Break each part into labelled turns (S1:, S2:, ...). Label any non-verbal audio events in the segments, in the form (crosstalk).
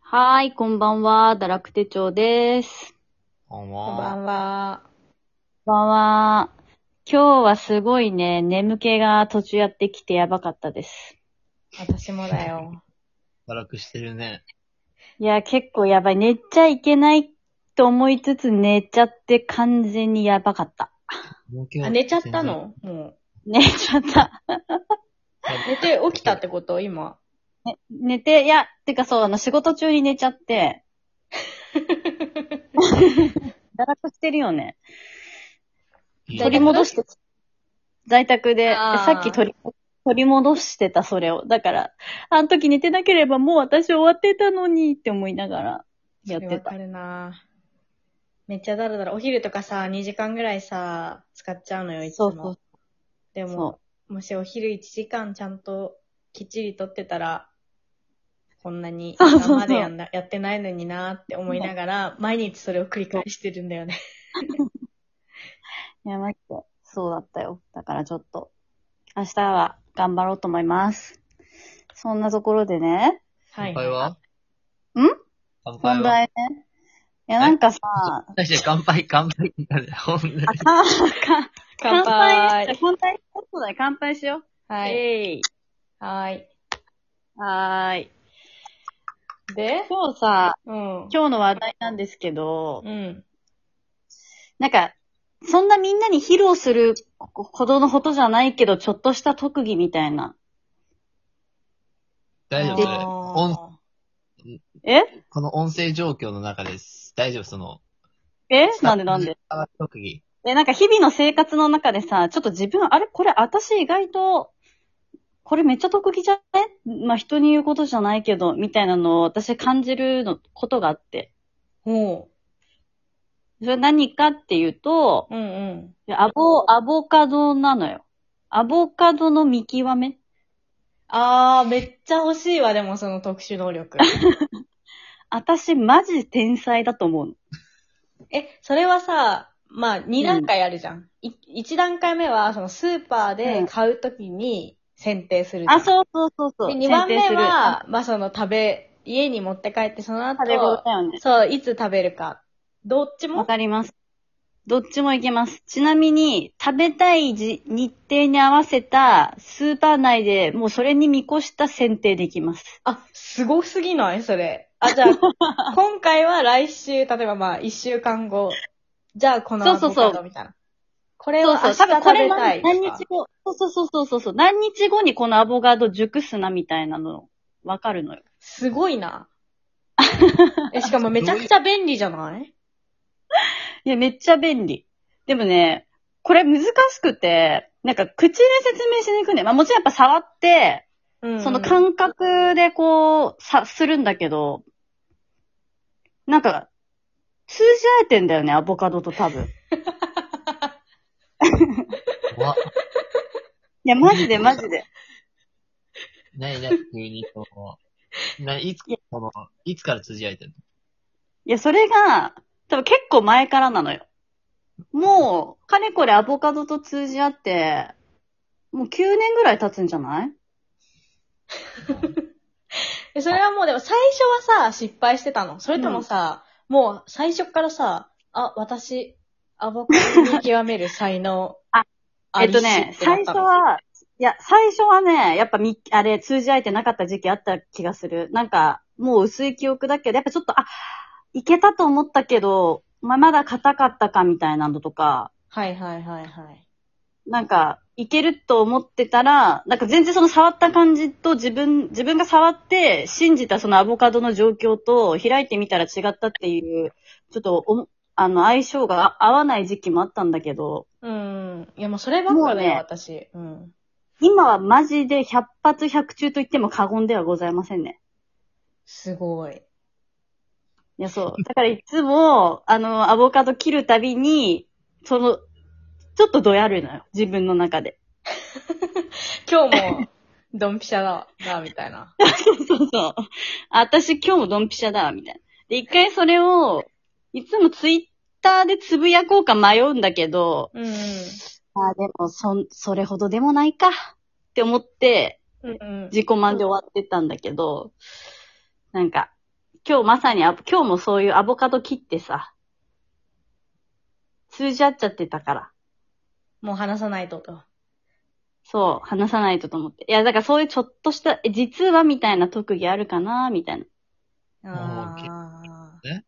S1: はーい、こんばんは。堕落手帳です。
S2: こん
S3: こんば
S2: ばんは。
S3: んは。
S1: こんばんは。今日はすごいね、眠気が途中やってきてやばかったです。
S3: 私もだよ。
S2: 働くしてるね。
S1: いや、結構やばい。寝ちゃいけないと思いつつ寝ちゃって完全にやばかった。
S3: あ、寝ちゃったのも
S1: 寝ちゃった。
S3: う。寝て起きたってこと今。
S1: (laughs) 寝て、いや、てかそう、あの、仕事中に寝ちゃ (laughs) って。堕落してるよね。
S2: いいね
S1: 取り戻して、在宅で、
S3: あー
S1: さっき取り、取り戻してた、それを。だから、あの時寝てなければもう私終わってたのにって思いながらやっ
S3: それ
S1: て
S3: わか
S1: た。
S3: るなめっちゃだらだら。お昼とかさ、2時間ぐらいさ、使っちゃうのよ、いつ
S1: そ
S3: も。
S1: うそう。
S3: でも
S1: そ、
S3: もしお昼1時間ちゃんときっちりとってたら、こんなに
S1: そうそうそう
S3: 今までやんなやってないのになーって思いながら、毎日それを繰り返してるんだよね。
S1: やばいって。そうだったよ。だからちょっと、明日は頑張ろうと思います。そんなところでね、
S3: はい。
S2: 乾杯は
S1: ん
S2: 乾杯
S1: 本
S2: は
S1: 題ね。いや、なんかさ、
S2: 大して乾杯、乾杯ってなる。本題
S1: あ、か、か、
S3: 乾杯。
S1: 乾杯そうだね、乾杯しよう。
S3: はい。
S1: えい。
S3: はい。
S1: はーい。
S3: で、
S1: 今日さ、
S3: うん。
S1: 今日の話題なんですけど、
S3: うん。
S1: なんか、そんなみんなに披露するほどのことじゃないけど、ちょっとした特技みたいな。
S2: 大丈夫それ
S3: あー
S2: 音
S1: え
S2: この音声状況の中です。大丈夫その。
S1: えなんでなんで
S2: あ特技。
S1: え、なんか日々の生活の中でさ、ちょっと自分、あれこれ私意外と、これめっちゃ特技じゃねまあ、人に言うことじゃないけど、みたいなのを私感じるの、ことがあって。
S3: ほ
S1: それ何かっていうと、
S3: う。うんうん。
S1: アボ、アボカドなのよ。アボカドの見極め
S3: あー、めっちゃ欲しいわ、でもその特殊
S1: (laughs)
S3: 能力。
S1: 私マジ天才だと思うの。
S3: え、それはさ、まあ、2段階あるじゃん。い一1段階目は、そのスーパーで買うときに選定するじゃん。
S1: あ、そうそうそうそう。
S3: で、2番目
S1: 選定する
S3: は、まあその食べ、家に持って帰って、その後、
S1: 食べ頃だよね。
S3: そう、いつ食べるか。どっち
S1: わ
S3: も
S1: かります。どっちもいけます。ちなみに、食べたいじ日程に合わせたスーパー内でもうそれに見越した選定できます。
S3: あ、すごすぎないそれ。あ、じゃ
S1: (laughs)
S3: あ、今回は来週、例えばまあ、1週間後。じゃあ、この
S1: そうそうそう
S3: アボカドみたいな。これ
S1: そう
S3: は
S1: そ
S3: 明
S1: う。多
S3: 日食べ
S1: 分これ
S3: た
S1: 何
S3: いとか。
S1: 何日後、そうそうそうそうそう。何日後にこのアボカド熟すなみたいなの、わかるのよ。
S3: すご
S1: (laughs)
S3: いな。え、しかもめちゃくちゃ便利じゃない
S1: いや、めっちゃ便利。でもね、これ難しくて、なんか口で説明しにくいね。まあもちろんやっぱ触って、その
S3: 感
S1: 感覚でこう、さ、するんだけど、なんか、通じ合えてんだよね、アボカドと多分。い
S2: わ、
S1: や、マジでマジで。
S2: ないない、急にその、な、いつ、その、いつから通じ合えてる
S1: いや、それが、多分結構前からなのよ。もう、かれこれアボカドと通じ合って、もう9年ぐらい経つんじゃない
S3: え、それはもうでも最初はさ、失敗してたのそれともさ、もう最初からさ、あ、私、アボカドに極める才能
S1: (laughs) あ、え
S3: あ
S1: っ
S3: り
S1: と
S3: し
S1: ね、
S3: てな
S1: 最
S3: った
S1: 初
S3: の。
S1: は、いや、最初はね、やっぱみ、あれ、通じ合えてなかった時期あった気がする。なんか、もう薄い記憶だけど、やっぱちょっと、あ、いけたと思ったけど、まあ、まだ硬かったかみたいなのとか、
S3: はいはいはいはい。
S1: なんか、いけると思ってたら、なんか全然その触った感じと自分、自分が触って信じたそのアボカドの状況と開いてみたら違ったっていう、ちょっとお、あの、相性が合わない時期もあったんだけど、
S3: うん。いやもうそればっかだよ、
S1: もうね
S3: 私。うん。
S1: 今はマジで100発100中と言っても過言ではございませんね。
S3: すごい。
S1: いや、 (laughs) そう。だからいつも、あの、アボカド切るたびに、その、ちょっとどやるのよ。自分の中で。 (laughs)
S3: 今日も、ドンピシャだ、だ、みたいな。
S1: そうそうそう。あ私今日もドンピシャだ、みたいな。で、一回それを、いつもツイッターでつぶやこうか迷うんだけど、 (laughs)
S3: うんうん。
S1: あでも、そん、それほどでもないか、って思って、
S3: うんうん。
S1: 自己満で終わってたんだけど、なんか、今日まさにアボ、今日もそういうアボカド切ってさ、通じ合っちゃってたから。
S3: もう話さないとと。
S1: そう、話さないとと思って。いや、だからそういうちょっとした、え実はみたいな特技あるかなみたいな。
S2: あ
S3: あー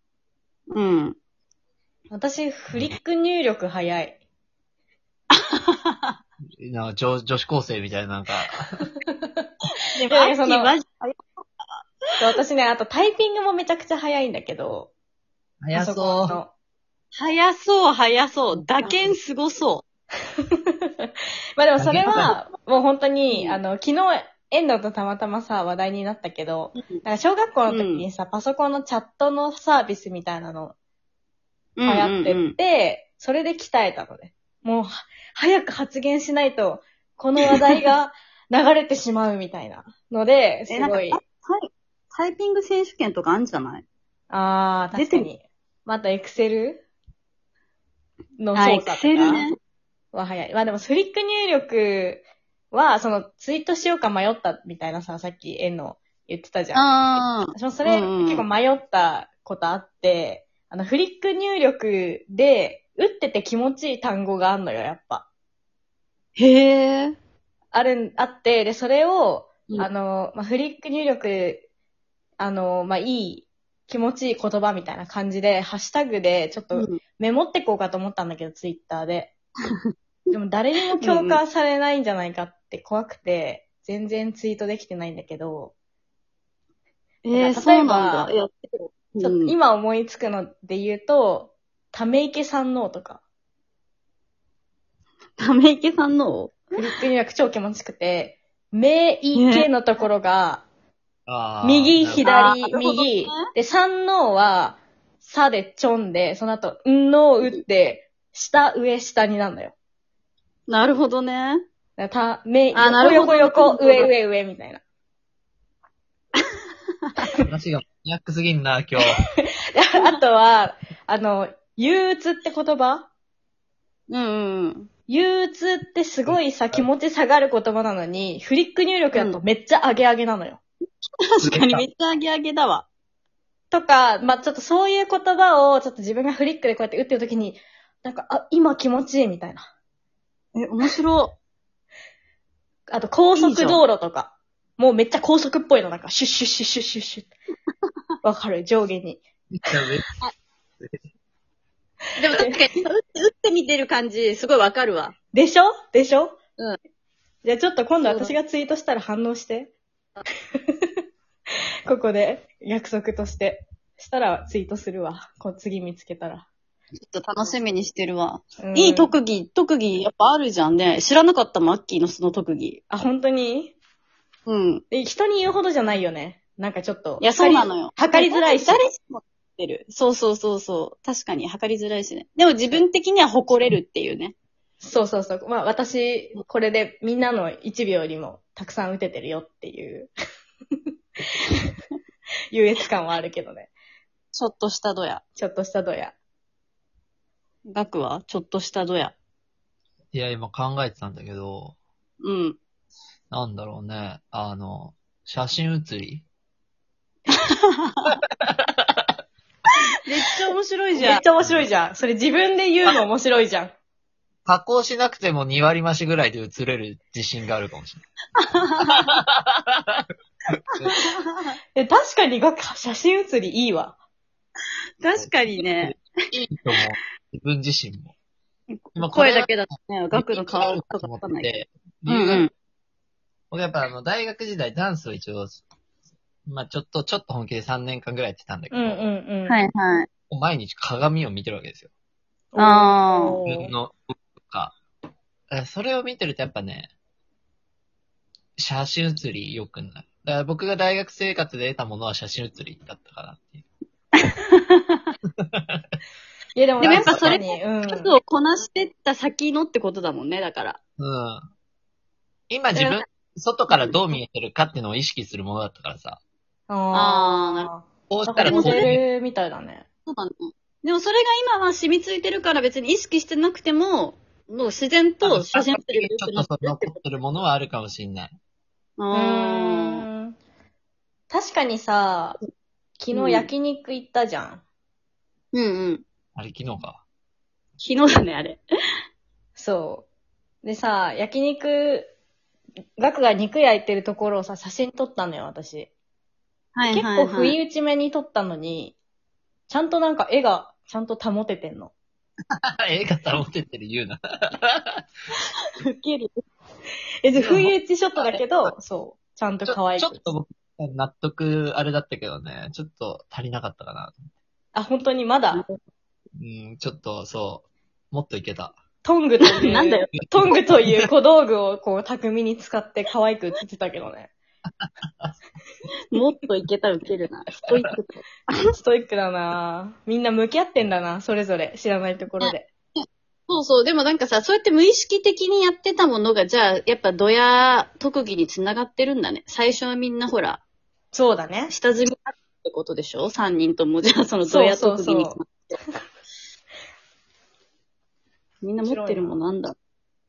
S1: うん。
S3: 私、フリック入力早い。
S2: なんか女女子高生みたいな、なんか、
S1: で
S3: も秋マ
S1: ジ
S3: で私ね、あとタイピングもめちゃくちゃ早いんだけど。
S2: 早
S3: パソコ
S2: そ
S3: ン
S2: う。
S3: の
S1: 早そう、早そう。打鍵すごそ
S3: まあでもそれ
S2: あ
S3: は、もう本当に、
S1: うん
S3: あの、昨日、遠藤とたまたまさ、話題になったけど、
S1: うん
S3: なんか小学校の時にさ、パソコンのチャットのサービスみたいなの
S1: う。う
S3: 流
S1: んうん
S3: 行ってて、
S1: うん
S3: それで鍛えたのね。もう、は早く発言しないと、この話題が流れてしまうみたいなので、す
S1: (laughs) えなんか
S3: ごい、
S1: はい。タイピング選手権とかあんじゃない
S3: あー、
S1: 出
S3: 確
S1: てる
S3: かに。またエクセルの
S1: あ、エ
S3: 操作と
S1: ク
S3: か。
S1: セルね。
S3: は早い。まあでも、フリック入力は、その、ツイートしようか迷ったみたいなさ、さっき、えの言ってたじゃん。
S1: あ
S3: 私もそれ、
S1: うんうん
S3: 結構迷ったことあって、あの、フリック入力で、打ってて気持ちいい単語があんのよ、やっぱ。
S1: ー。へー。
S3: ある、あって、で、それを、
S1: うん
S3: あの、まあ、フリック入力、あの、まあ、いい、気持ちいい言葉みたいな感じで、ハッシュタグで、ちょっと、
S1: うん
S3: メモってこうかと思ったんだけど、ツイッターで。
S1: (laughs)
S3: でも誰にも共感されないんじゃないかって怖くて、全然ツイートできてないんだけど、
S1: えー、
S3: だ
S1: そ
S3: から例えば
S1: うなんだ。いやってる
S3: ちょっ
S1: う
S3: と
S1: ん
S3: 今思いつくので言うと、ため池さんのとか、
S1: ため池さんの
S3: フリック入力超気持ちよくて、めいけのところが、
S2: あー
S3: 右、
S1: あ
S2: なんか
S1: ー
S3: 左、
S1: なるほどね
S3: 右。で、三のは、さでちょんで、その後、んのを打って、下、上、下になるのよ。
S1: なるほどね。
S3: だからた、め、
S1: あな
S3: 横、
S1: るほど
S3: 横、横、上、上、上、みたいな。
S2: 話がマニアックすぎんな、今日。
S3: で (laughs) あとは、あの、憂鬱って言葉
S1: うんうんうん。
S3: 憂鬱ってすごいさ、気持ち下がる言葉なのに、フリック入力だとめっちゃ上げ上げなのよ。
S1: 確かにめっちゃアゲアゲだわ。
S3: とか、まあ、ちょっとそういう言葉を、ちょっと自分がフリックでこうやって打ってる時に、なんか、あ、今気持ちいいみたいな。
S1: え、面白。
S3: あと、高
S1: いいじ
S3: 速
S1: ゃん
S3: 道路とか。もうめっちゃ高速っぽいの、なんか、シュッシュッシュッシュッシュッシュッ。わかる上下に。
S1: でも確かに、打って、打ってみてる感じ、すごいわかるわ。
S3: でしょでしょ
S1: うん。
S3: じゃあちょっと今度私がツイートしたら反応して。ここで約束として。したらツイートするわ。こう次見つけたら。
S1: ちょっと楽しみにしてるわ。
S3: うん
S1: いい特技、特技やっぱあるじゃんね。知らなかったマッキーのその特技。
S3: あ、本当に
S1: うん。
S3: え人に言うほどじゃないよね。なんかちょっと。
S1: いや、そうなのよ。
S3: 測りづらいし。
S1: 誰しも知ってる。そうそうそうそう。確かに測りづらいしね。でも自分的には誇れるっていうね。
S3: そうそうそう。まあ私、これでみんなの1秒よりもたくさん打ててるよっ
S1: (laughs)
S3: ていう。優越感はあるけどね。
S1: ちょっとしたドヤ。
S3: ちょっとしたどや。
S1: ガクはちょっとしたドヤ。
S2: いや、今考えてたんだけど、
S1: うん。
S2: なんだろうね。あの、写真写り
S1: めっちゃ面白いじ
S3: め
S1: ゃん
S3: っち。ゃ面白いじゃん。それ自分で言うの面白いじゃん。
S2: 加工しなくても2割増しぐらいで写れる自信があるかもしれ
S3: え、確かにが写真写りいいわ。
S1: 確かにね。
S2: ない。いいと思う。自分自身も。今これ
S1: 声だけだとね、ガクの顔とかわかんないけ
S2: て。
S1: ど。うんうん。
S2: 僕やっぱあの、大学時代ダンスを一応、まあちょっと、ちょっと本気で3年間ぐらいやってたんだけ
S3: う
S2: ど、
S3: んうんうん。い。
S1: はいはい。
S2: 毎日鏡を見てるわけですよ。
S1: あー
S2: 自分の、とか。えそれを見てるとやっぱね、写真写り良くない。だから僕が大学生活で得たものは写真写りだったかなっていう。
S3: いやでも
S1: でもやっぱそれ
S3: 確かにうん。
S1: 数をこなしてった先のってことだもんね、だから。
S2: うん。今自分、外からどう見えてるかっていうのを意識するものだったからさ。
S1: あーなる
S3: ほ
S2: こうし
S3: だ
S2: た
S3: から
S2: こう
S3: らモ
S2: 見える
S3: デルみたいだね。
S1: そうだね。でもそれが今は染みついてるから別に意識してなくても、もう自然と写真撮ってる
S2: ちょっとその残ってるものはあるかもしんない。
S3: う
S1: あー
S3: ーん。確かにさ、昨日焼肉行ったじゃん。
S1: うんうん。
S2: あれ昨日か。 (laughs)
S1: 昨日だね、あれ。
S3: そう。でさ、焼肉、ガクが肉焼いてるところをさ、写真撮ったのよ、私。
S1: は
S3: 結構不意打ち目に撮ったのに、ちゃんとなんか絵がちゃんと保ててんの。
S2: 映画保てってる言うな。
S1: 吹ける。
S3: え、で不意打ちショットだけど、そう。ちゃんと
S2: ちょ
S3: 可愛
S2: ちょ
S3: く
S2: っ。と僕、納得あれだったけどね、ちょっと足りなかったかな。
S3: あ、本当にまだ、
S2: うん、ちょっとそう、もっといけた。
S3: トングと
S1: (laughs)
S3: いう、
S1: なんだよ
S3: トングという小道具をこう巧みに使って可愛く写ってたけどね。
S1: もっといけたらウケる (laughs) な。ストイックと。
S3: ストイックだなぁみんな向き合ってんだなそれぞれ。知らないところで。
S1: そうそう。でもなんかさ、そうやって無意識的にやってたものが、じゃあ、やっぱドヤ特技につながってるんだね。最初はみんなほら、
S3: そうだね。
S1: 下積みあるってことでしょ三人とも。じゃあ、そのドヤ特技につながって。
S3: そう
S1: みんな持ってるもんなんだ。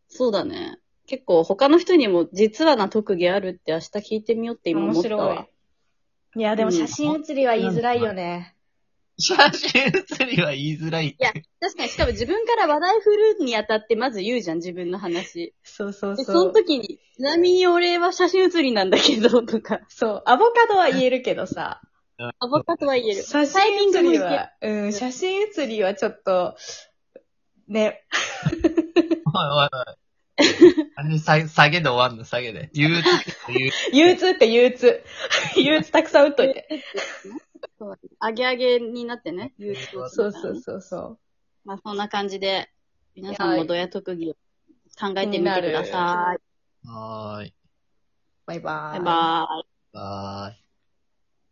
S1: そうだね。結構他の人にも実はな特技あるって明日聞いてみようって今思
S3: 面
S1: った
S3: 白い
S1: わ。。
S3: いや、でも写真写りは言いづらいよね。
S2: 写真写りは言いづらい。
S1: や確かに、しかも自分から話題振るにあたってまず言うじゃん、自分の話。
S3: そうそう
S1: で、
S3: そう。
S1: その時に、ちなみに俺は写真写りなんだけど、とか、
S3: そう、アボカドは言えるけどさ。
S1: アボカドは言える。
S3: 写
S1: タイミ
S3: 真
S1: ング
S3: 写
S1: もい
S3: り
S1: ける。
S3: は、うん、写真写りはちょっと、ね、
S2: おいおいおい。あれ下下げで終わんの、下げで。言うとき言う。 (laughs)
S3: (laughs) 憂鬱って憂鬱。 (laughs) 憂鬱たくさん打っといて。
S1: そうあげあげになってね、言うと
S3: そうそうそうそう。
S1: まあ、そんな感じで、皆さんもドヤ特技を考えてみてくだ
S3: 気にな
S1: さい。
S2: はーい。
S3: バイバ
S1: バイバーイ。
S2: はーい。